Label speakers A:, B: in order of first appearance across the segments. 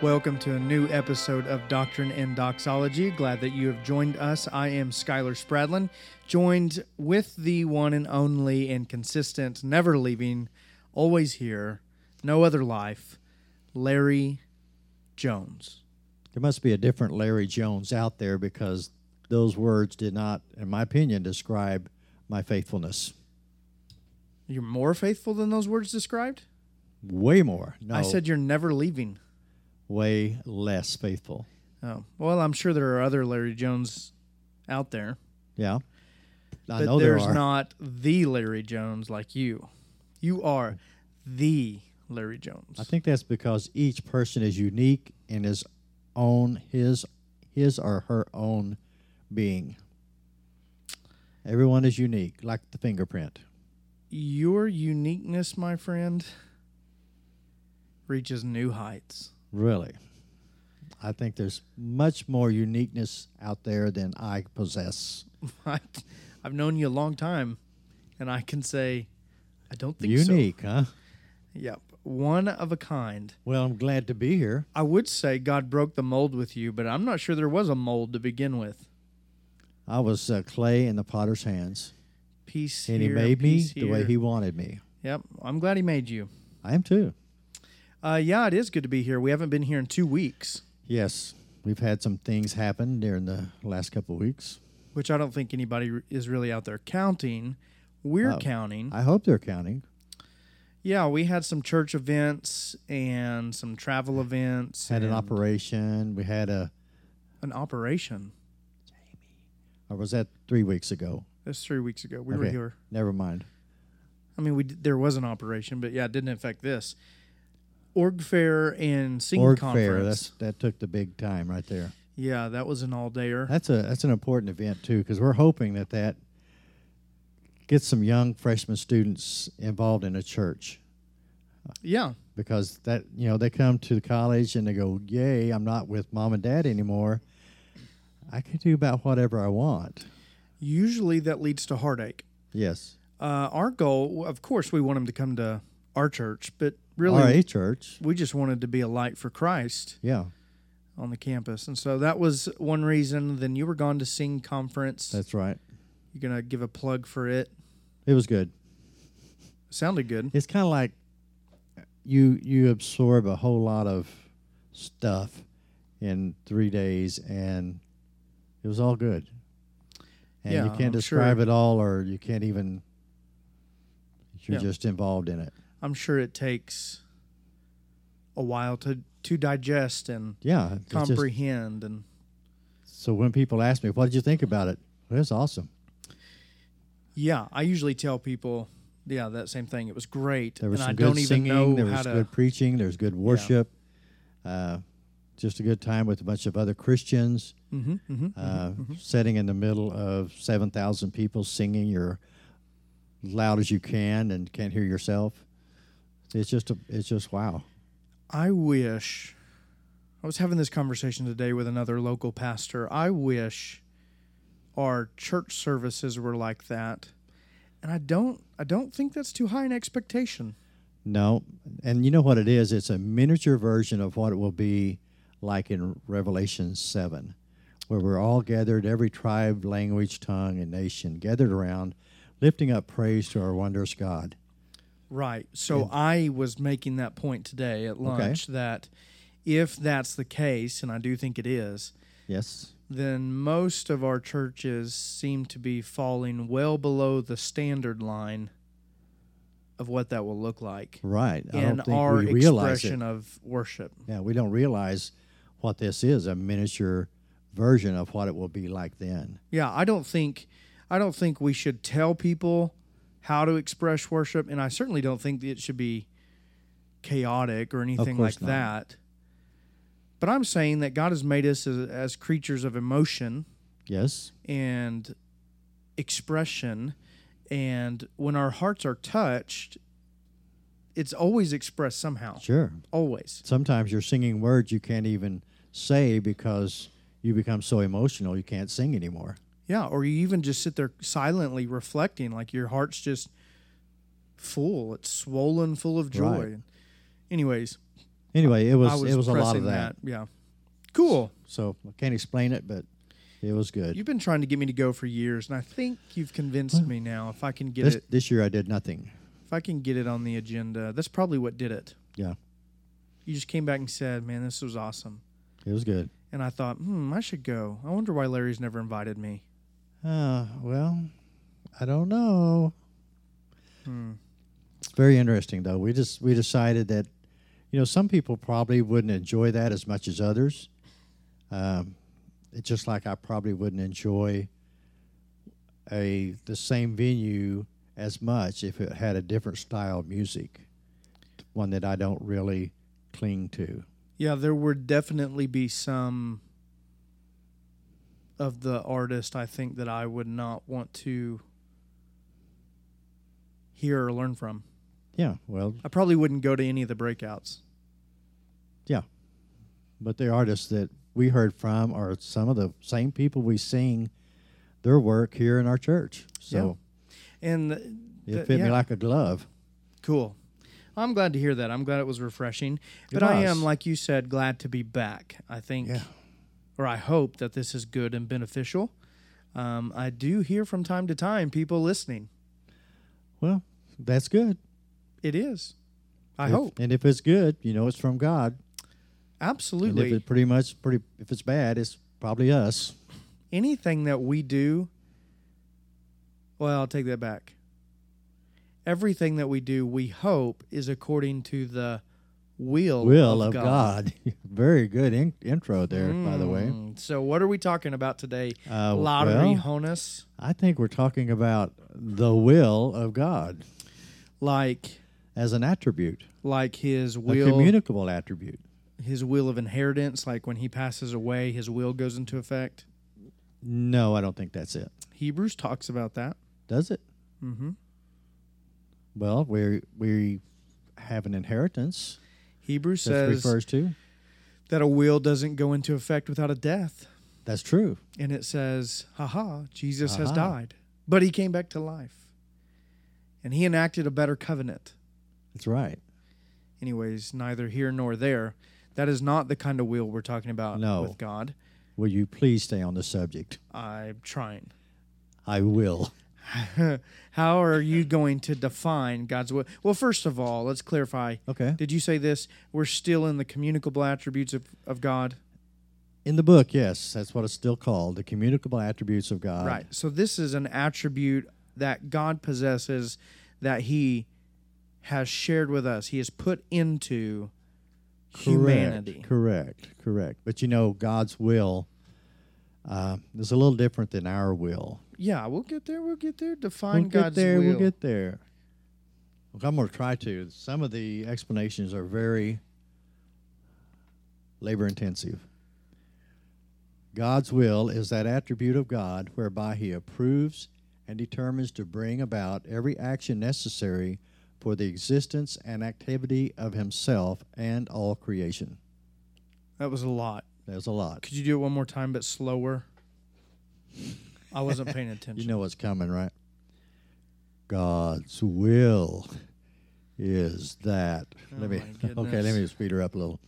A: Welcome to a new episode of Doctrine and Doxology. Glad that you have joined us. I am Skylar Spradlin, joined with the one and only and consistent, never leaving, always here, no other life, Larry Jones.
B: There must be a different Larry Jones out there because those words did not, in my opinion, describe my faithfulness.
A: You're more faithful than those words described?
B: Way more. No,
A: I said you're never leaving.
B: way less faithful.
A: Oh, well, I'm sure there are other Larry Jones out there,
B: Yeah. I
A: but
B: know there
A: there's
B: are.
A: not the Larry Jones like you. You are the Larry Jones.
B: I think that's because each person is unique and is own his his or her own being. Everyone is unique, like the fingerprint.
A: Your uniqueness, my friend, reaches new heights.
B: Really. I think there's much more uniqueness out there than I possess.
A: I, I've known you a long time, and I can say, I don't think so.
B: Unique, huh?
A: Yep, one of a kind.
B: Well, I'm glad to be here.
A: I would say God broke the mold with you, but I'm not sure there was a mold to begin with.
B: I was uh, clay in the potter's hands,
A: Peace
B: and
A: here,
B: he made me
A: peace
B: the way
A: here.
B: he wanted me.
A: Yep, I'm glad he made you.
B: I am too.
A: Uh, yeah, it is good to be here. We haven't been here in two weeks,
B: Yes, we've had some things happen during the last couple of weeks.
A: which I don't think anybody r- is really out there counting. We're
B: Oh.
A: counting.
B: I hope they're counting.
A: Yeah, we had some church events and some travel events.
B: Had an
A: and
B: operation. We had a,
A: An operation.
B: or was that three weeks ago?
A: That's three weeks ago. We were
B: Okay.
A: here.
B: Never mind.
A: I mean, we d- there was an operation, but yeah, it didn't affect this. Org fair and singing
B: Org
A: conference.
B: fair. That's that took the big time right there.
A: yeah, that was an all dayer.
B: That's a that's an important event too because we're hoping that that gets some young freshman students involved in a church.
A: Yeah,
B: because that you know they come to college and they go, "Yay, I'm not with mom and dad anymore. I can do about whatever I want."
A: usually that leads to heartache.
B: Yes,
A: Uh, our goal, of course, we want them to come to our church, but really,
B: All right, church.
A: we just wanted to be a light for Christ.
B: Yeah,
A: on the campus. And so that was one reason. Then you were gone to Sing Conference.
B: that's right.
A: You're going to give a plug for it.
B: It was good.
A: Sounded good.
B: It's kind of like you you absorb a whole lot of stuff in three days, and it was all good. And you
A: Yeah,
B: can't
A: I'm sure.
B: describe it all, or you can't even. You're
A: Yeah.
B: just involved in it.
A: I'm sure it takes a while to, to digest and
B: Yeah, it's just-
A: comprehend. and
B: So when people ask me, "What did you think about it?" Well, it's awesome.
A: yeah, I usually tell people, yeah, that same thing. It was great.
B: There was
A: and
B: some
A: I
B: good
A: don't even know
B: singing. There
A: how
B: was
A: to.
B: good preaching. There was good worship. Uh, just a good time with a bunch of other Christians.
A: Mhm, mhm.
B: Uh, Sitting in the middle of seven thousand people singing your loud as you can and can't hear yourself. It's just a. It's just wow.
A: I wish I was having this conversation today with another local pastor. I wish our church services were like that. And I don't I don't think that's too high an expectation.
B: No, and you know what it is? It's a miniature version of what it will be like in Revelation 7, where we're all gathered, every tribe, language, tongue, and nation gathered around, lifting up praise to our wondrous God.
A: Right. So I was making that point today at lunch that if that's the case, and I do think it is,
B: Yes.
A: then most of our churches seem to be falling well below the standard line of what that will look like
B: Right. I
A: in
B: don't think
A: our
B: we realize it.
A: expression of worship.
B: Yeah, we don't realize what this is a miniature version of what it will be like then.
A: Yeah, I don't think I don't think we should tell people how to express worship, and I certainly don't think that it should be chaotic or anything like
B: course not.
A: that. But I'm saying that God has made us as, as creatures of emotion
B: Yes.
A: and expression, and when our hearts are touched, it's always expressed somehow.
B: Sure.
A: Always.
B: Sometimes you're singing words you can't even say because you become so emotional you can't sing anymore.
A: Yeah, or you even just sit there silently reflecting, like your heart's just full. It's swollen, full of joy.
B: Right.
A: Anyways,
B: Anyway, it was,
A: I was
B: it was a lot of
A: pressing
B: that.
A: Yeah. Cool.
B: So I can't explain it, but it was good.
A: You've been trying to get me to go for years, and I think you've convinced me now. If I can get
B: this,
A: it,
B: this year I did nothing.
A: if I can get it on the agenda, that's probably what did it.
B: Yeah,
A: You just came back and said, "Man, this was awesome,"
B: it was good.
A: and I thought, "Hmm, I should go." I wonder why Larry's never invited me.
B: Uh, well, I don't know. It's very interesting though. We just we decided that, you know, some people probably wouldn't enjoy that as much as others. Um, it's just like I probably wouldn't enjoy a the same venue as much if it had a different style of music, one that I don't really cling to.
A: Yeah, there would definitely be some of the artist I think that I would not want to hear or learn from.
B: Yeah, well,
A: I probably wouldn't go to any of the breakouts.
B: but the artists that we heard from are some of the same people we sing their work here in our church. So
A: And
B: it
A: th-
B: fit me
A: yeah.
B: like a glove.
A: Cool. I'm glad to hear that. I'm glad it was refreshing.
B: It
A: But I
B: was.
A: am, like you said, glad to be back. I think,
B: Yeah.
A: or I hope that this is good and beneficial. Um, I do hear from time to time people listening.
B: Well, that's good.
A: It is. I
B: If-
A: hope.
B: And if it's good, you know it's from God. And if
A: Absolutely.
B: it pretty much pretty if it's bad, it's probably us.
A: Anything that we do, well, I'll take that back. Everything that we do, we hope, is according to the will,
B: Will of God. Very good in- intro there, by the way.
A: Mm, So, what are we talking about today?
B: Uh,
A: Lottery
B: well,
A: honus.
B: I think we're talking about the will of God
A: like
B: as an attribute,
A: like his
B: a
A: will
B: communicable attribute.
A: his will of inheritance like when he passes away his will goes into effect
B: No, I don't think that's it.
A: hebrews talks about that
B: Does it?
A: hmm
B: Well, we we have an inheritance
A: hebrews
B: that's
A: says
B: refers to.
A: that a will doesn't go into effect without a death
B: That's true.
A: and it says haha jesus has
B: Aha.
A: died but he came back to life and he enacted a better covenant
B: That's right.
A: anyways neither here nor there that is not the kind of will we're talking about
B: No.
A: with god
B: Will you please stay on the subject?
A: i'm trying
B: I will.
A: how are you going to define God's will? Well, first of all, let's clarify.
B: Okay.
A: Did you say this? We're still in the communicable attributes of, of God?
B: In the book, yes, that's what it's still called, the communicable attributes of God.
A: right. So, this is an attribute that God possesses that He has shared with us, He has put into
B: Correct,
A: humanity.
B: Correct. Correct. But you know, God's will uh, is a little different than our will.
A: Yeah, we'll get there. We'll get there. Define
B: we'll
A: God's
B: get there.
A: will.
B: We'll get there. Look, I'm going to try to. Some of the explanations are very labor intensive. God's will is that attribute of God whereby He approves and determines to bring about every action necessary for the existence and activity of Himself and all creation.
A: that was a lot.
B: There's a lot.
A: Could you do it one more time, but slower? I wasn't paying attention.
B: You know what's coming, right? God's will is that. let me
A: Oh my
B: okay. Let
A: goodness.
B: me speed her up a little.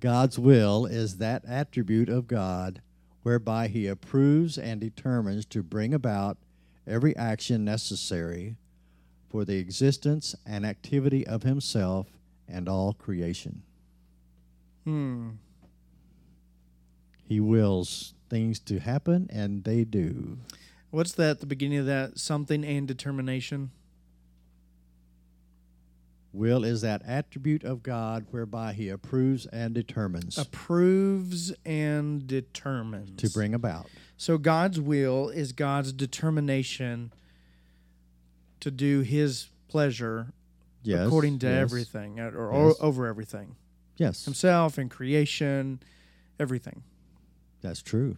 B: God's will is that attribute of God whereby He approves and determines to bring about every action necessary for the existence and activity of Himself and all creation.
A: hmm.
B: He wills things to happen, and they do.
A: What's that at the beginning of that? Something and determination.
B: Will is that attribute of God whereby he approves and determines
A: Approves and determines.
B: to bring about.
A: So God's will is God's determination to do his pleasure
B: Yes.
A: according to
B: yes,
A: everything or, or
B: Yes.
A: over everything.
B: Yes.
A: Himself and creation, everything.
B: That's true.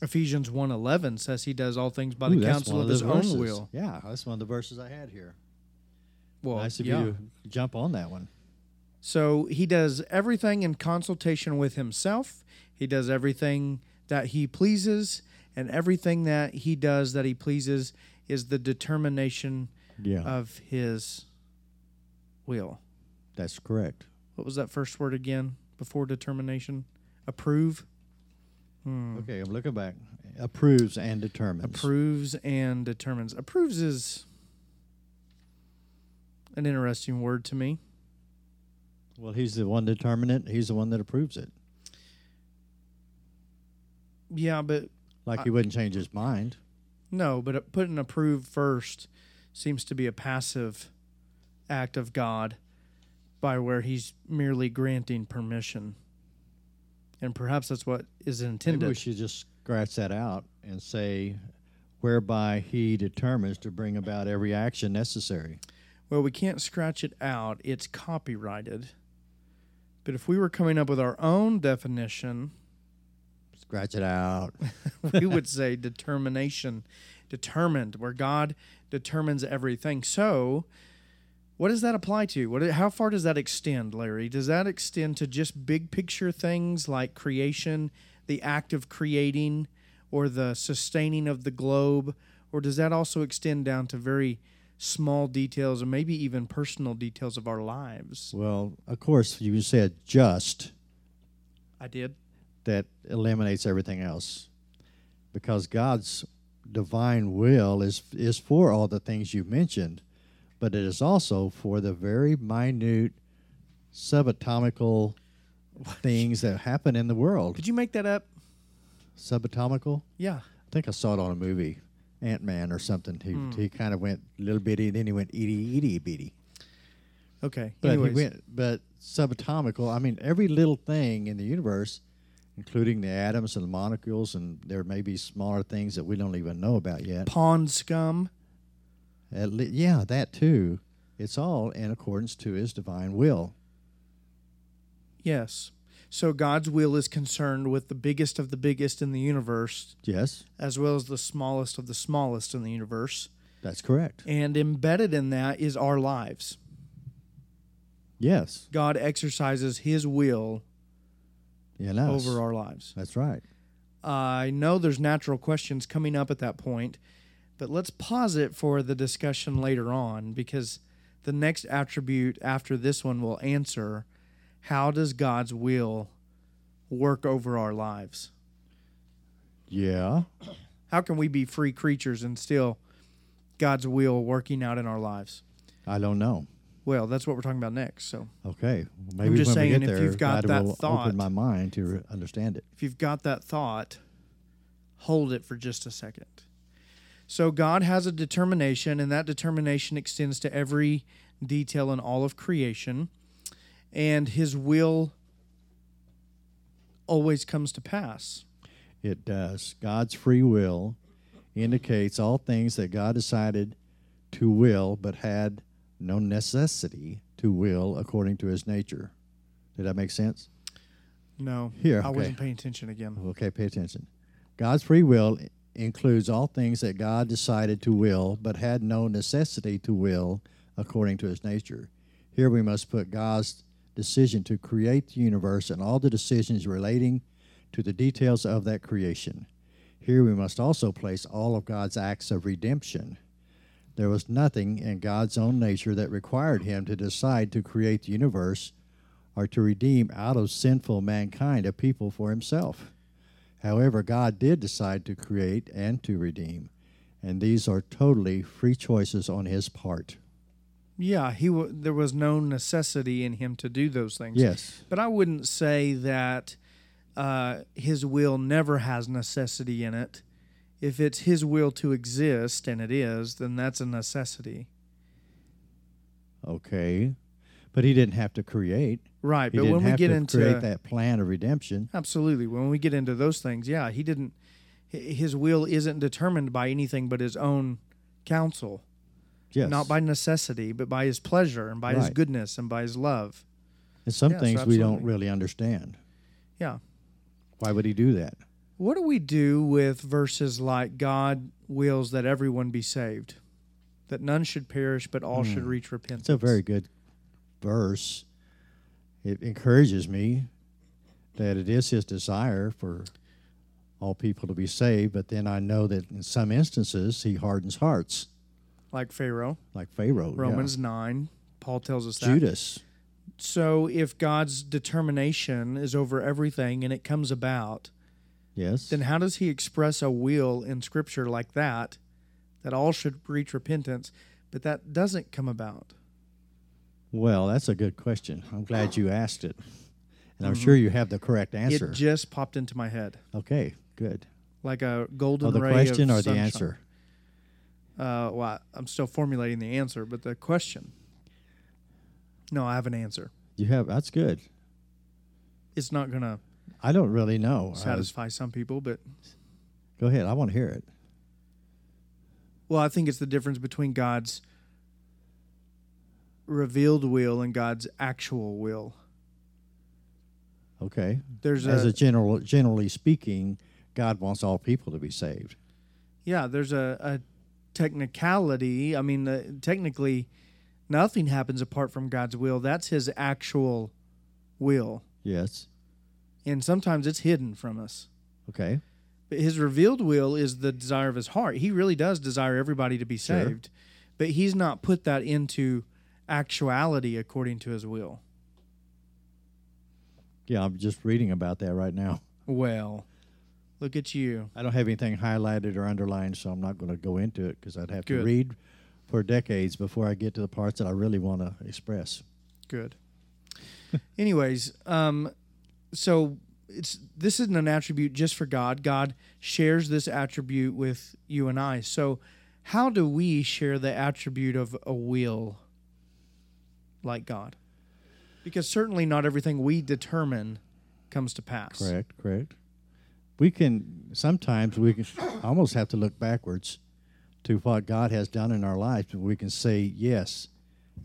A: Ephesians 1:11 says he does all things by
B: Ooh,
A: the
B: that's
A: counsel
B: one
A: of
B: the
A: his
B: verses.
A: own will.
B: Yeah, that's one of the verses I had here.
A: Well,
B: nice of
A: yeah.
B: you to jump on that one.
A: So he does everything in consultation with himself. He does everything that he pleases, and everything that he does that he pleases is the
B: Uh,
A: determination
B: Yeah.
A: of his will.
B: that's correct.
A: What was that first word again before determination? Approve? Hmm.
B: Okay, I'm looking back. Approves and determines.
A: approves and determines. Approves is an interesting word to me.
B: well, he's the one determinant. He's the one that approves it.
A: Yeah, but
B: Like he wouldn't change his mind.
A: no, but putting approve first seems to be a passive act of God by where he's merely granting permission. And perhaps that's what is
B: Maybe we
A: intended.
B: should just scratch that out and say whereby he determines to bring about every action necessary.
A: Well, we can't scratch it out, it's copyrighted. But if we were coming up with our own definition,
B: Scratch it out.
A: we would say determination, determined, where God determines everything. So, what does that apply to? What? How far does that extend, Larry? Does that extend to just big picture things like creation, the act of creating, or the sustaining of the globe, or does that also extend down to very small details and maybe even personal details of our lives?
B: well, of course, you said just.
A: I did.
B: that eliminates everything else because God's divine will is is for all the things you mentioned but it is also for the very minute subatomical things that happen in the world
A: Did you make that up?
B: subatomical
A: Yeah.
B: I think I saw it on a movie Ant-Man or something he, he kind of went little bitty and then he went itty itty bitty
A: Okay.
B: but
A: Anyways,
B: he went, but subatomical. I mean, every little thing in the universe, including the atoms and the molecules, and there may be smaller things that we don't even know about yet.
A: pawn scum.
B: At le- yeah, that too. It's all in accordance to His divine will.
A: Yes. So God's will is concerned with the biggest of the biggest in the universe,
B: Yes,
A: as well as the smallest of the smallest in the universe.
B: that's correct.
A: And embedded in that is our lives.
B: Yes,
A: God exercises his will
B: in us.
A: over our lives.
B: That's right.
A: I know there's natural questions coming up at that point, but let's pause it for the discussion later on because the next attribute after this one will answer how does God's will work over our lives?
B: Yeah.
A: How can we be free creatures and still God's will working out in our lives?
B: I don't know.
A: Well, that's what we're talking about next. So
B: Okay. Maybe
A: just
B: when
A: saying
B: we
A: if
B: get there,
A: you've got
B: God
A: that
B: will
A: thought-
B: open my mind to re- understand it.
A: if you've got that thought, hold it for just a second. So God has a determination, and that determination extends to every detail in all of creation, and His will always comes to pass.
B: It does. God's free will indicates all things that God decided to will, but had no necessity to will according to his nature. Did that make sense?
A: No,
B: Here,
A: I
B: okay.
A: wasn't paying attention again.
B: Okay, pay attention. God's free will includes all things that God decided to will, but had no necessity to will according to his nature. Here we must put God's decision to create the universe and all the decisions relating to the details of that creation. Here we must also place all of God's acts of redemption. There was nothing in God's own nature that required him to decide to create the universe or to redeem out of sinful mankind a people for himself. However, God did decide to create and to redeem, and these are totally free choices on his part.
A: Yeah, he w- there was no necessity in him to do those things.
B: Yes.
A: But I wouldn't say that uh, his will never has necessity in it. If it's his will to exist, and it is, then that's a necessity.
B: Okay. But he didn't have to create.
A: Right.
B: He
A: but
B: didn't
A: when we
B: have
A: get
B: to
A: into
B: create that plan of redemption.
A: absolutely, when we get into those things, yeah, he didn't. hi- His will isn't determined by anything but his own counsel,
B: Yes.
A: not by necessity, but by his pleasure and by his
B: Right.
A: goodness and by his love.
B: and some
A: Yes,
B: things we don't
A: absolutely.
B: really understand.
A: Yeah.
B: Why would he do that?
A: What do we do with verses like God wills that everyone be saved, that none should perish, but all should reach repentance?
B: It's a Hmm. very good verse. It encourages me that it is his desire for all people to be saved, but then I know that in some instances he hardens hearts,
A: like Pharaoh,
B: like Pharaoh, yeah.
A: Romans nine. Paul tells us that
B: Judas.
A: So if God's determination is over everything and it comes about,
B: Yes.
A: then how does he express a will in scripture like that that all should reach repentance, but that doesn't come about?
B: Well, that's a good question. I'm glad you asked it. And I'm sure you have the correct answer.
A: Mm-hmm. It just popped into my head
B: okay, good.
A: like a golden
B: Well, the
A: ray
B: question
A: of
B: or the
A: sunshine.
B: answer?
A: Uh, well, I- I'm still formulating the answer, but the question. No, I have an answer.
B: You have that's good.
A: It's not going to
B: I don't really know. I-
A: satisfy some people, but
B: go ahead. I want to hear it.
A: well, I think it's the difference between God's revealed will and God's actual will.
B: Okay.
A: There's
B: As
A: a,
B: a general generally speaking, God wants all people to be saved.
A: yeah, there's a, a technicality. I mean, uh, technically, nothing happens apart from God's will. That's His actual will,
B: Yes.
A: and sometimes it's hidden from us.
B: Okay.
A: But his revealed will is the desire of his heart. He really does desire everybody to be
B: Sure.
A: saved, but he's not put that into actuality according to his will.
B: Yeah, I'm just reading about that right now.
A: Well, look at you.
B: I don't have anything highlighted or underlined, so I'm not going to go into it because I'd have to
A: Good.
B: read for decades before I get to the parts that I really want to express.
A: Good. Anyways, um, so it's this isn't an attribute just for God. God shares this attribute with you and I. So, how do we share the attribute of a will like God? Because certainly not everything we determine comes to pass.
B: Correct, correct. We can sometimes we can almost have to look backwards to what God has done in our lives, and we can say, yes,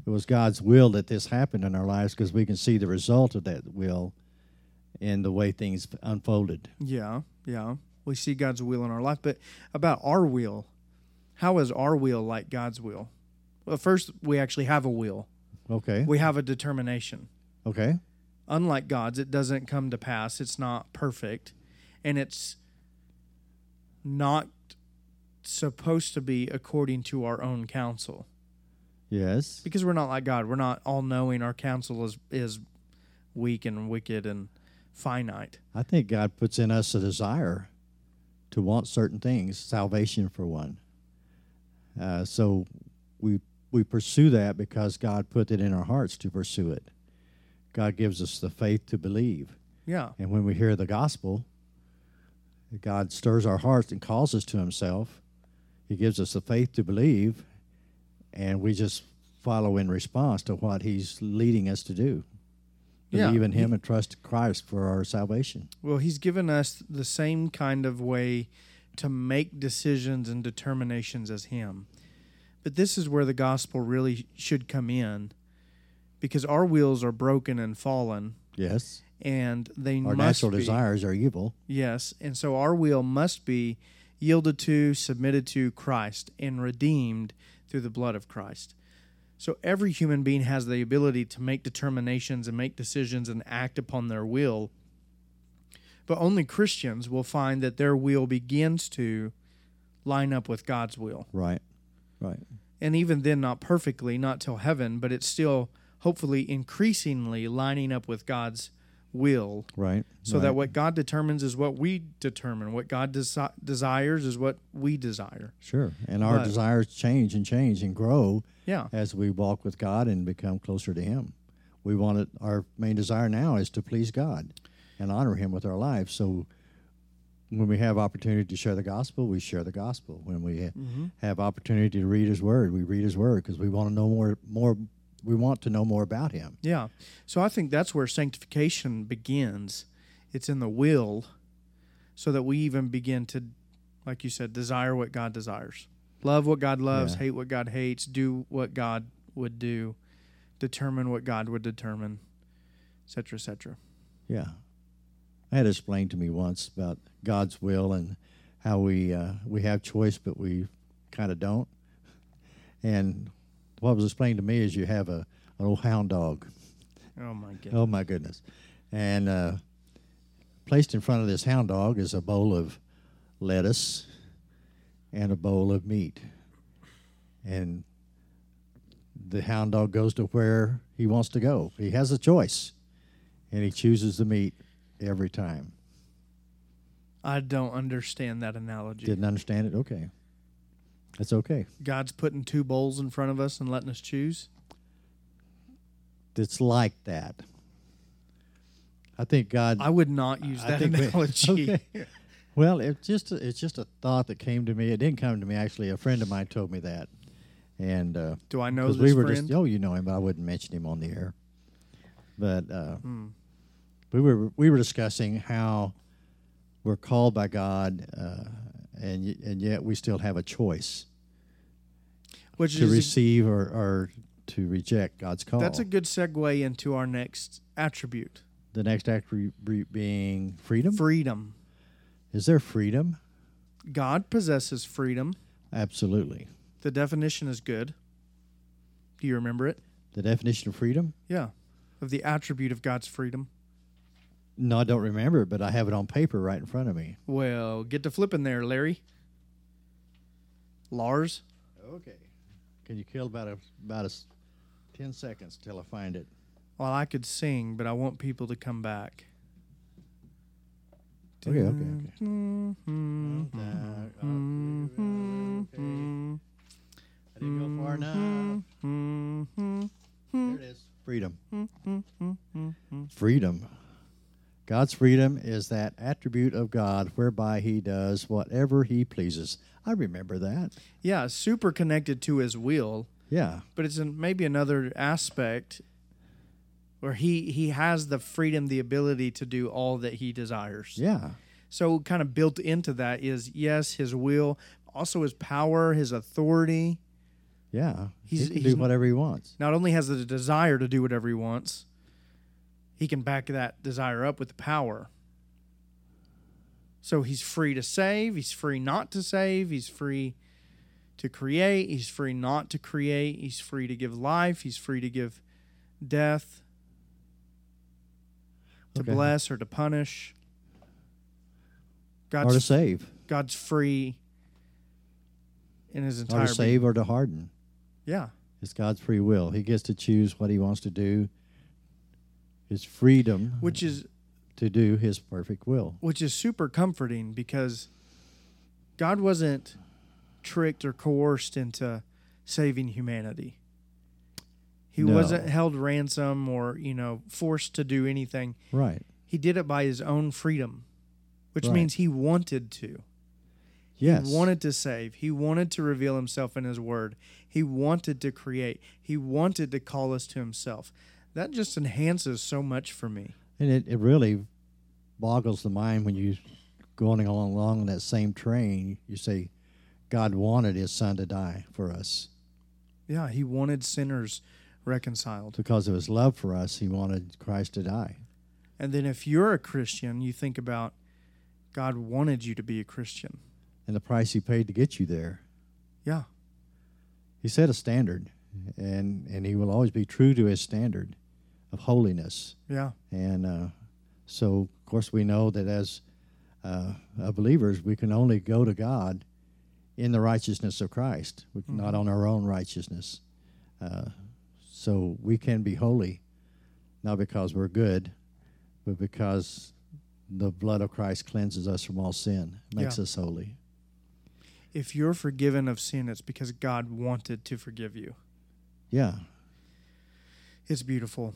B: it was God's will that this happened in our lives because we can see the result of that will in the way things unfolded.
A: Yeah, yeah. We see God's will in our life, but about our will, how is our will like God's will? Well, first, we actually have a will.
B: Okay,
A: We have a determination.
B: okay,
A: unlike God's, it doesn't come to pass. It's not perfect, and it's not supposed to be according to our own counsel
B: yes,
A: because we're not like God. We're not all knowing. Our counsel is is weak and wicked and finite.
B: I think God puts in us a desire to want certain things, salvation for one. Uh, so we we pursue that because God put it in our hearts to pursue it. God gives us the faith to believe,
A: Yeah,
B: and when we hear the gospel, God stirs our hearts and calls us to Himself. He gives us the faith to believe, and we just follow in response to what He's leading us to do.
A: Yeah.
B: Believe in Him and trust Christ for our salvation.
A: Well, he's given us the same kind of way to make decisions and determinations as him. But this is where the gospel really should come in because our wills are broken and fallen
B: Yes.
A: and they
B: Our
A: must
B: natural
A: be,
B: desires are evil.
A: Yes, and so our will must be yielded to, submitted to Christ and redeemed through the blood of Christ. So every human being has the ability to make determinations and make decisions and act upon their will. But only Christians will find that their will begins to line up with God's will.
B: Right. Right.
A: And even then, not perfectly, not till heaven, but it's still hopefully increasingly lining up with God's will
B: Right.
A: so that what God determines is what we determine. What God desi- desires is what we desire.
B: Sure. And our
A: But-
B: desires change and change and grow
A: Yeah,
B: as we walk with God and become closer to Him. We want it, our main desire now is to please God and honor Him with our lives. So when we have opportunity to share the gospel, we share the gospel. When we ha-
A: Mm-hmm.
B: have opportunity to read His Word, we read His Word because we want to know more, more. We want to know more about Him.
A: yeah. So I think that's where sanctification begins. It's in the will, so that we even begin to, like you said, desire what God desires, love what God loves,
B: Yeah.
A: hate what God hates, do what God would do, determine what God would determine, etc., etc.
B: Yeah. I had explained to me once about God's will and how we uh, we have choice, but we kind of don't. And what was explained to me is you have a an old hound dog.
A: Oh my goodness.
B: Oh my goodness! And uh, placed in front of this hound dog is a bowl of lettuce and a bowl of meat, and the hound dog goes to where he wants to go. He has a choice, and he chooses the meat every time.
A: I don't understand that analogy.
B: Didn't understand it? Okay. That's okay.
A: God's putting two bowls in front of us and letting us choose.
B: It's like that. I think God.
A: I would not use
B: I
A: that
B: think we-
A: analogy.
B: Okay. Well, it's just it's just a thought that came to me. It didn't come to me actually. A friend of mine told me that, and uh,
A: Do I know
B: because
A: this
B: we were
A: friend?
B: just oh you know him, but I wouldn't mention him on the air. But uh,
A: Hmm.
B: we were we were discussing how we're called by God, uh, and y- and yet we still have a choice
A: Which
B: to
A: is
B: receive or, or to reject God's call.
A: that's a good segue into our next attribute:
B: the next attribute being freedom.
A: freedom.
B: Is there freedom?
A: God possesses freedom.
B: Absolutely.
A: The definition is good. Do you remember it?
B: The definition of freedom.
A: Yeah, of the attribute of God's freedom.
B: No, I don't remember it, but I have it on paper right in front of me.
A: Well, get to flipping there, Larry. Lars.
B: Okay. Can you kill about a, about a s- ten seconds till I find it?
A: Well, I could sing, but I want people to come back.
B: Okay, Oh, okay, okay. uh, I didn't go far enough. There it is. Freedom. Freedom. God's freedom is that attribute of God whereby He does whatever He pleases. I remember that.
A: Yeah, super connected to his will,
B: Yeah.
A: but it's in maybe another aspect where he he has the freedom, the ability to do all that he desires.
B: Yeah.
A: So kind of built into that is yes, his will, also his power, his authority.
B: Yeah.
A: He's-
B: he can
A: he's-
B: do whatever he wants.
A: Not only has the desire to do whatever he wants, he can back that desire up with the power. So he's free to save, he's free not to save, he's free to create, he's free not to create, he's free to give life, he's free to give death, to
B: Okay.
A: bless or to punish.
B: Or to
A: God's
B: save.
A: God's free in his
B: Or
A: entire
B: to
A: being.
B: save or to harden.
A: Yeah.
B: It's God's free will. He gets to choose what he wants to do. His freedom
A: Which is
B: to do his perfect will.
A: which is super comforting because God wasn't tricked or coerced into saving humanity. He
B: No.
A: wasn't held ransom or, you know, forced to do anything.
B: Right.
A: He did it by his own freedom, which
B: Right.
A: means he wanted to.
B: Yes.
A: He wanted to save. He wanted to reveal himself in his word. He wanted to create. He wanted to call us to himself. That just enhances so much for me.
B: and it, it really boggles the mind when you going along along that same train, you say God wanted his son to die for us.
A: Yeah, he wanted sinners reconciled.
B: Because of his love for us, he wanted Christ to die.
A: And then if you're a Christian, you think about God wanted you to be a Christian.
B: And the price he paid to get you there.
A: Yeah.
B: He set a standard and and he will always be true to his standard of holiness.
A: Yeah.
B: And uh, so, of course, we know that as uh, uh, believers, we can only go to God in the righteousness of Christ, we
A: Mm-hmm.
B: can- not on our own righteousness. Uh, so we can be holy, not because we're good, but because the blood of Christ cleanses us from all sin, makes
A: Yeah.
B: us holy.
A: If you're forgiven of sin, it's because God wanted to forgive you.
B: Yeah,
A: It's beautiful.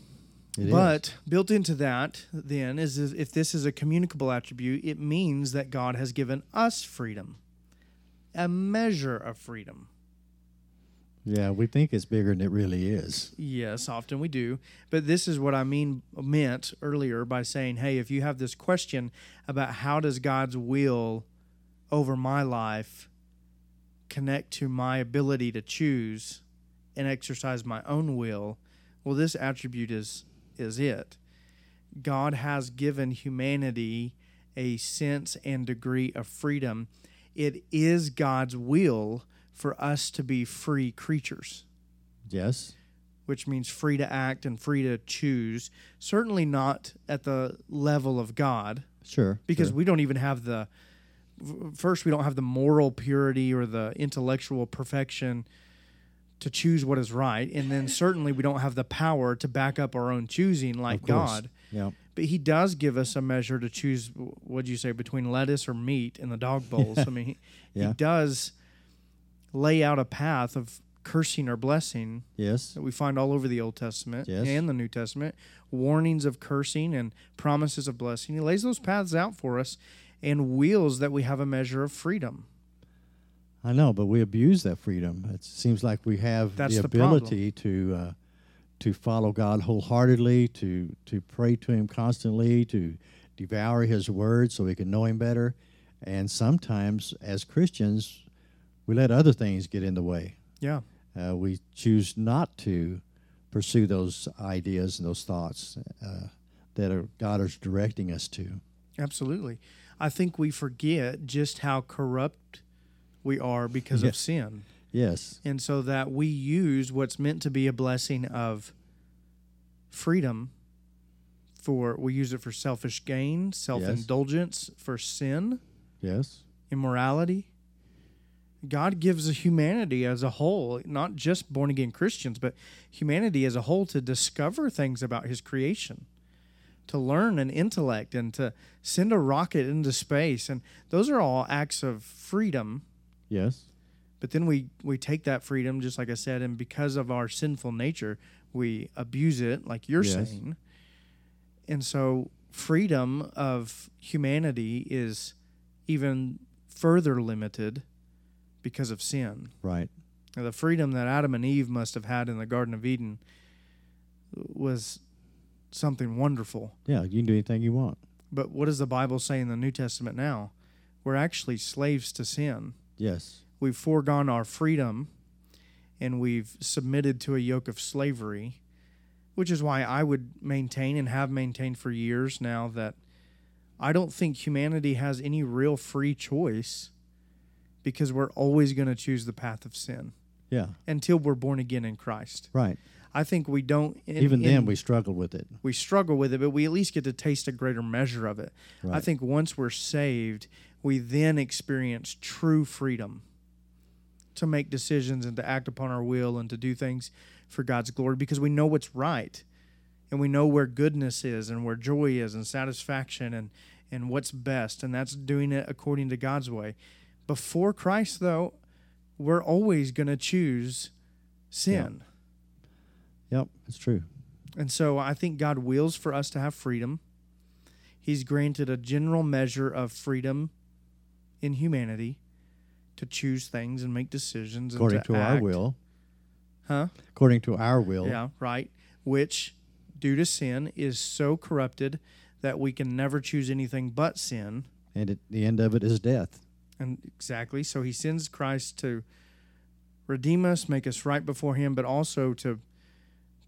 B: it is.
A: but built into that then is, is if this is a communicable attribute, it means that God has given us freedom. A measure of freedom.
B: yeah, we think it's bigger than it really is.
A: Yes, often we do. But this is what I mean meant earlier by saying, hey, if you have this question about how does God's will over my life connect to my ability to choose and exercise my own will, well this attribute is is it. God has given humanity a sense and degree of freedom. It is God's will for us to be free creatures
B: Yes,
A: which means free to act and free to choose. Certainly not at the level of God,
B: sure.
A: because
B: sure.
A: we don't even have the f- first, we don't have the moral purity or the intellectual perfection to choose what is right. And then certainly we don't have the power to back up our own choosing like
B: Of course.
A: God.
B: Yeah.
A: But He does give us a measure to choose, what'd you say, between lettuce or meat in the dog bowls. I mean, he,
B: Yeah.
A: he does lay out a path of cursing or blessing
B: Yes.
A: that we find all over the Old Testament
B: Yes.
A: and the New Testament, warnings of cursing and promises of blessing. He lays those paths out for us and wheels that we have a measure of freedom.
B: I know, but we abuse that freedom. It seems like we have
A: That's
B: the
A: the problem.
B: ability to uh, to follow God wholeheartedly, to to pray to Him constantly, to devour His Word so we can know Him better. And sometimes, as Christians, we let other things get in the way.
A: Yeah.
B: Uh, we choose not to pursue those ideas and those thoughts uh, that are, God is directing us to.
A: Absolutely. I think we forget just how corrupt we are because of
B: Yes.
A: sin.
B: Yes.
A: And so that we use what's meant to be a blessing of freedom for, we use it for selfish gain, self indulgence, for sin,
B: Yes.
A: immorality. God gives humanity as a whole, not just born again Christians, but humanity as a whole to discover things about his creation, to learn an intellect, and to send a rocket into space. And those are all acts of freedom.
B: Yes.
A: But then we, we take that freedom, just like I said, and because of our sinful nature, we abuse it, like you're
B: Yes.
A: saying. And so, freedom of humanity is even further limited because of sin.
B: Right.
A: Now, the freedom that Adam and Eve must have had in the Garden of Eden was something wonderful.
B: Yeah. You can do anything you want.
A: But what does the Bible say in the New Testament now? We're actually slaves to sin
B: Yes.
A: we've foregone our freedom and we've submitted to a yoke of slavery, which is why I would maintain and have maintained for years now that I don't think humanity has any real free choice because we're always going to choose the path of sin
B: Yeah.
A: until we're born again in Christ.
B: Right.
A: I think we don't in-
B: Even
A: in-
B: then, we struggle with it.
A: we struggle with it, but we at least get to taste a greater measure of it. I
B: Right.
A: think once we're saved, we then experience true freedom to make decisions and to act upon our will and to do things for God's glory because we know what's right and we know where goodness is and where joy is and satisfaction and and what's best and that's doing it according to God's way. Before Christ though, we're always going to choose sin.
B: Yep, it's true.
A: And so I think God wills for us to have freedom. He's granted a general measure of freedom in humanity to choose things and make decisions and
B: According
A: to
B: to our
A: act.
B: will.
A: Huh?
B: According to our will.
A: Yeah, right. Which due to sin is so corrupted that we can never choose anything but sin.
B: And at the end of it is death.
A: And exactly. So he sends Christ to redeem us, make us right before him, but also to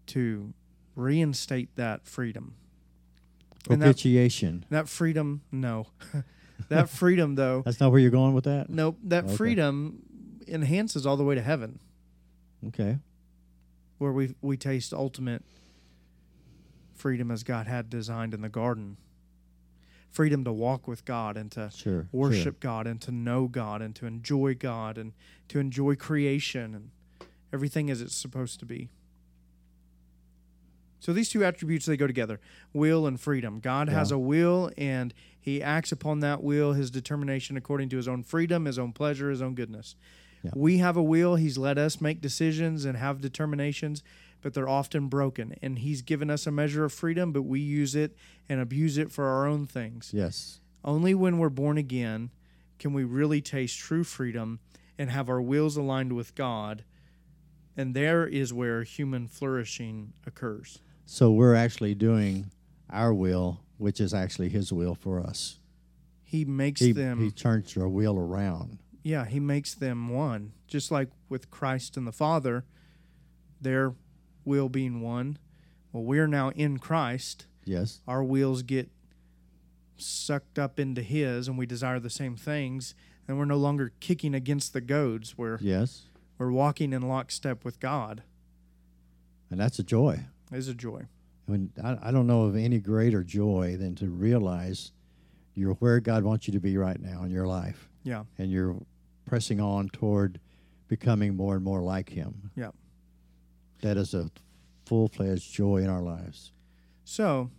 A: to reinstate that freedom. And that-
B: Propitiation.
A: That freedom, no. that freedom, though,
B: That's not where you're going with that?
A: nope. That
B: Okay.
A: freedom enhances all the way to heaven,
B: Okay.
A: where we we taste ultimate freedom as God had designed in the garden. Freedom to walk with God and to
B: Sure.
A: worship God and to know God and to enjoy God and to enjoy creation and everything as it's supposed to be. So these two attributes they go together, will and freedom. God has
B: Yeah.
A: a will and he acts upon that will, his determination according to his own freedom, his own pleasure, his own goodness.
B: Yeah.
A: We have a will, he's let us make decisions and have determinations, but they're often broken and he's given us a measure of freedom, but we use it and abuse it for our own things.
B: Sure. Yes.
A: Only when we're born again can we really taste true freedom and have our wills aligned with God. And there is where human flourishing occurs.
B: So we're actually doing our will, which is actually His will for us.
A: He makes
B: He,
A: them,
B: he turns our will around.
A: yeah, he makes them one. Just like with Christ and the Father, their will being one. Well, we're now in Christ.
B: Yes.
A: Our wills get sucked up into his and we desire the same things. And we're no longer kicking against the goads. We're
B: Yes.
A: We're walking in lockstep with God
B: And that's a joy.
A: is a joy.
B: I mean, I, I don't know of any greater joy than to realize you're where God wants you to be right now in your life.
A: Yeah.
B: and you're pressing on toward becoming more and more like Him.
A: Yep.
B: That is a full fledged joy in our lives.
A: So,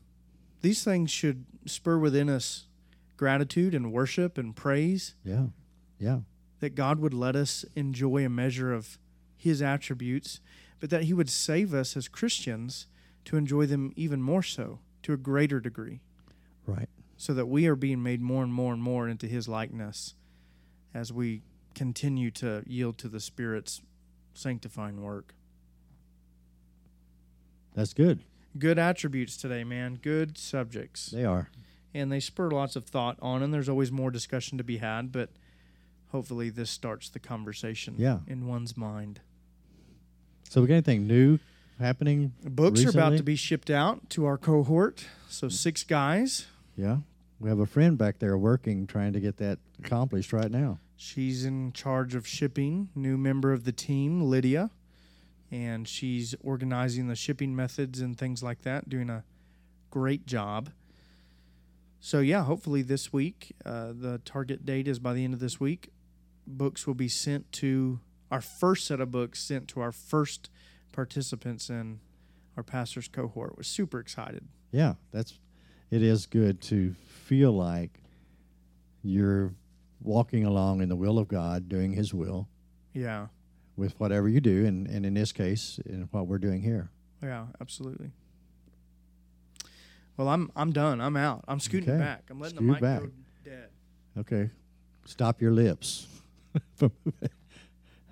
A: these things should spur within us gratitude and worship and praise
B: Yeah. Yeah.
A: that God would let us enjoy a measure of His attributes, but that He would save us as Christians to enjoy them even more so, to a greater degree,
B: Right.
A: so that we are being made more and more and more into His likeness as we continue to yield to the Spirit's sanctifying work.
B: That's good.
A: Good attributes today, man. Good subjects.
B: They are.
A: and they spur lots of thought on and there's always more discussion to be had but hopefully this starts the conversation
B: Yeah.
A: in one's mind
B: So we got anything new happening?
A: books are about
B: Recently?
A: to be shipped out to our cohort so six guys
B: Yeah. We have a friend back there working trying to get that accomplished right now.
A: she's in charge of shipping new member of the team lydia and she's organizing the shipping methods and things like that doing a great job so yeah hopefully this week uh, the target date is by the end of this week books will be sent to our first set of books sent to our first participants in our pastor's cohort we're super excited
B: Yeah, that's it is good to feel like you're walking along in the will of God, doing his will
A: yeah
B: with whatever you do and, and in this case in what we're doing here.
A: Yeah, absolutely. Well, I'm I'm done. I'm out. I'm scooting
B: Okay.
A: back. I'm letting the mic
B: Scoot back.
A: go dead.
B: Okay. Stop your lips. All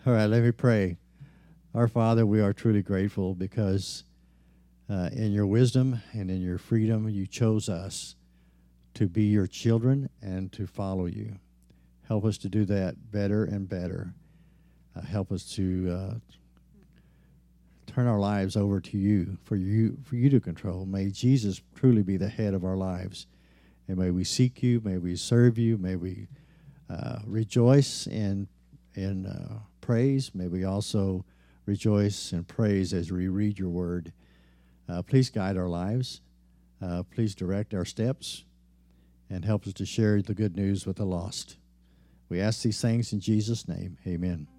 B: right, let me pray. Our Father, we are truly grateful because uh, in your wisdom and in your freedom, you chose us to be your children and to follow you. Help us to do that better and better. Uh, help us to uh, turn our lives over to you for you for you to control. May Jesus truly be the head of our lives. And may we seek you, may we serve you, may we uh, rejoice in, in uh, praise. May we also rejoice and praise as we read your word. Uh, please guide our lives. Uh, please direct our steps and help us to share the good news with the lost. We ask these things in Jesus' name. Amen.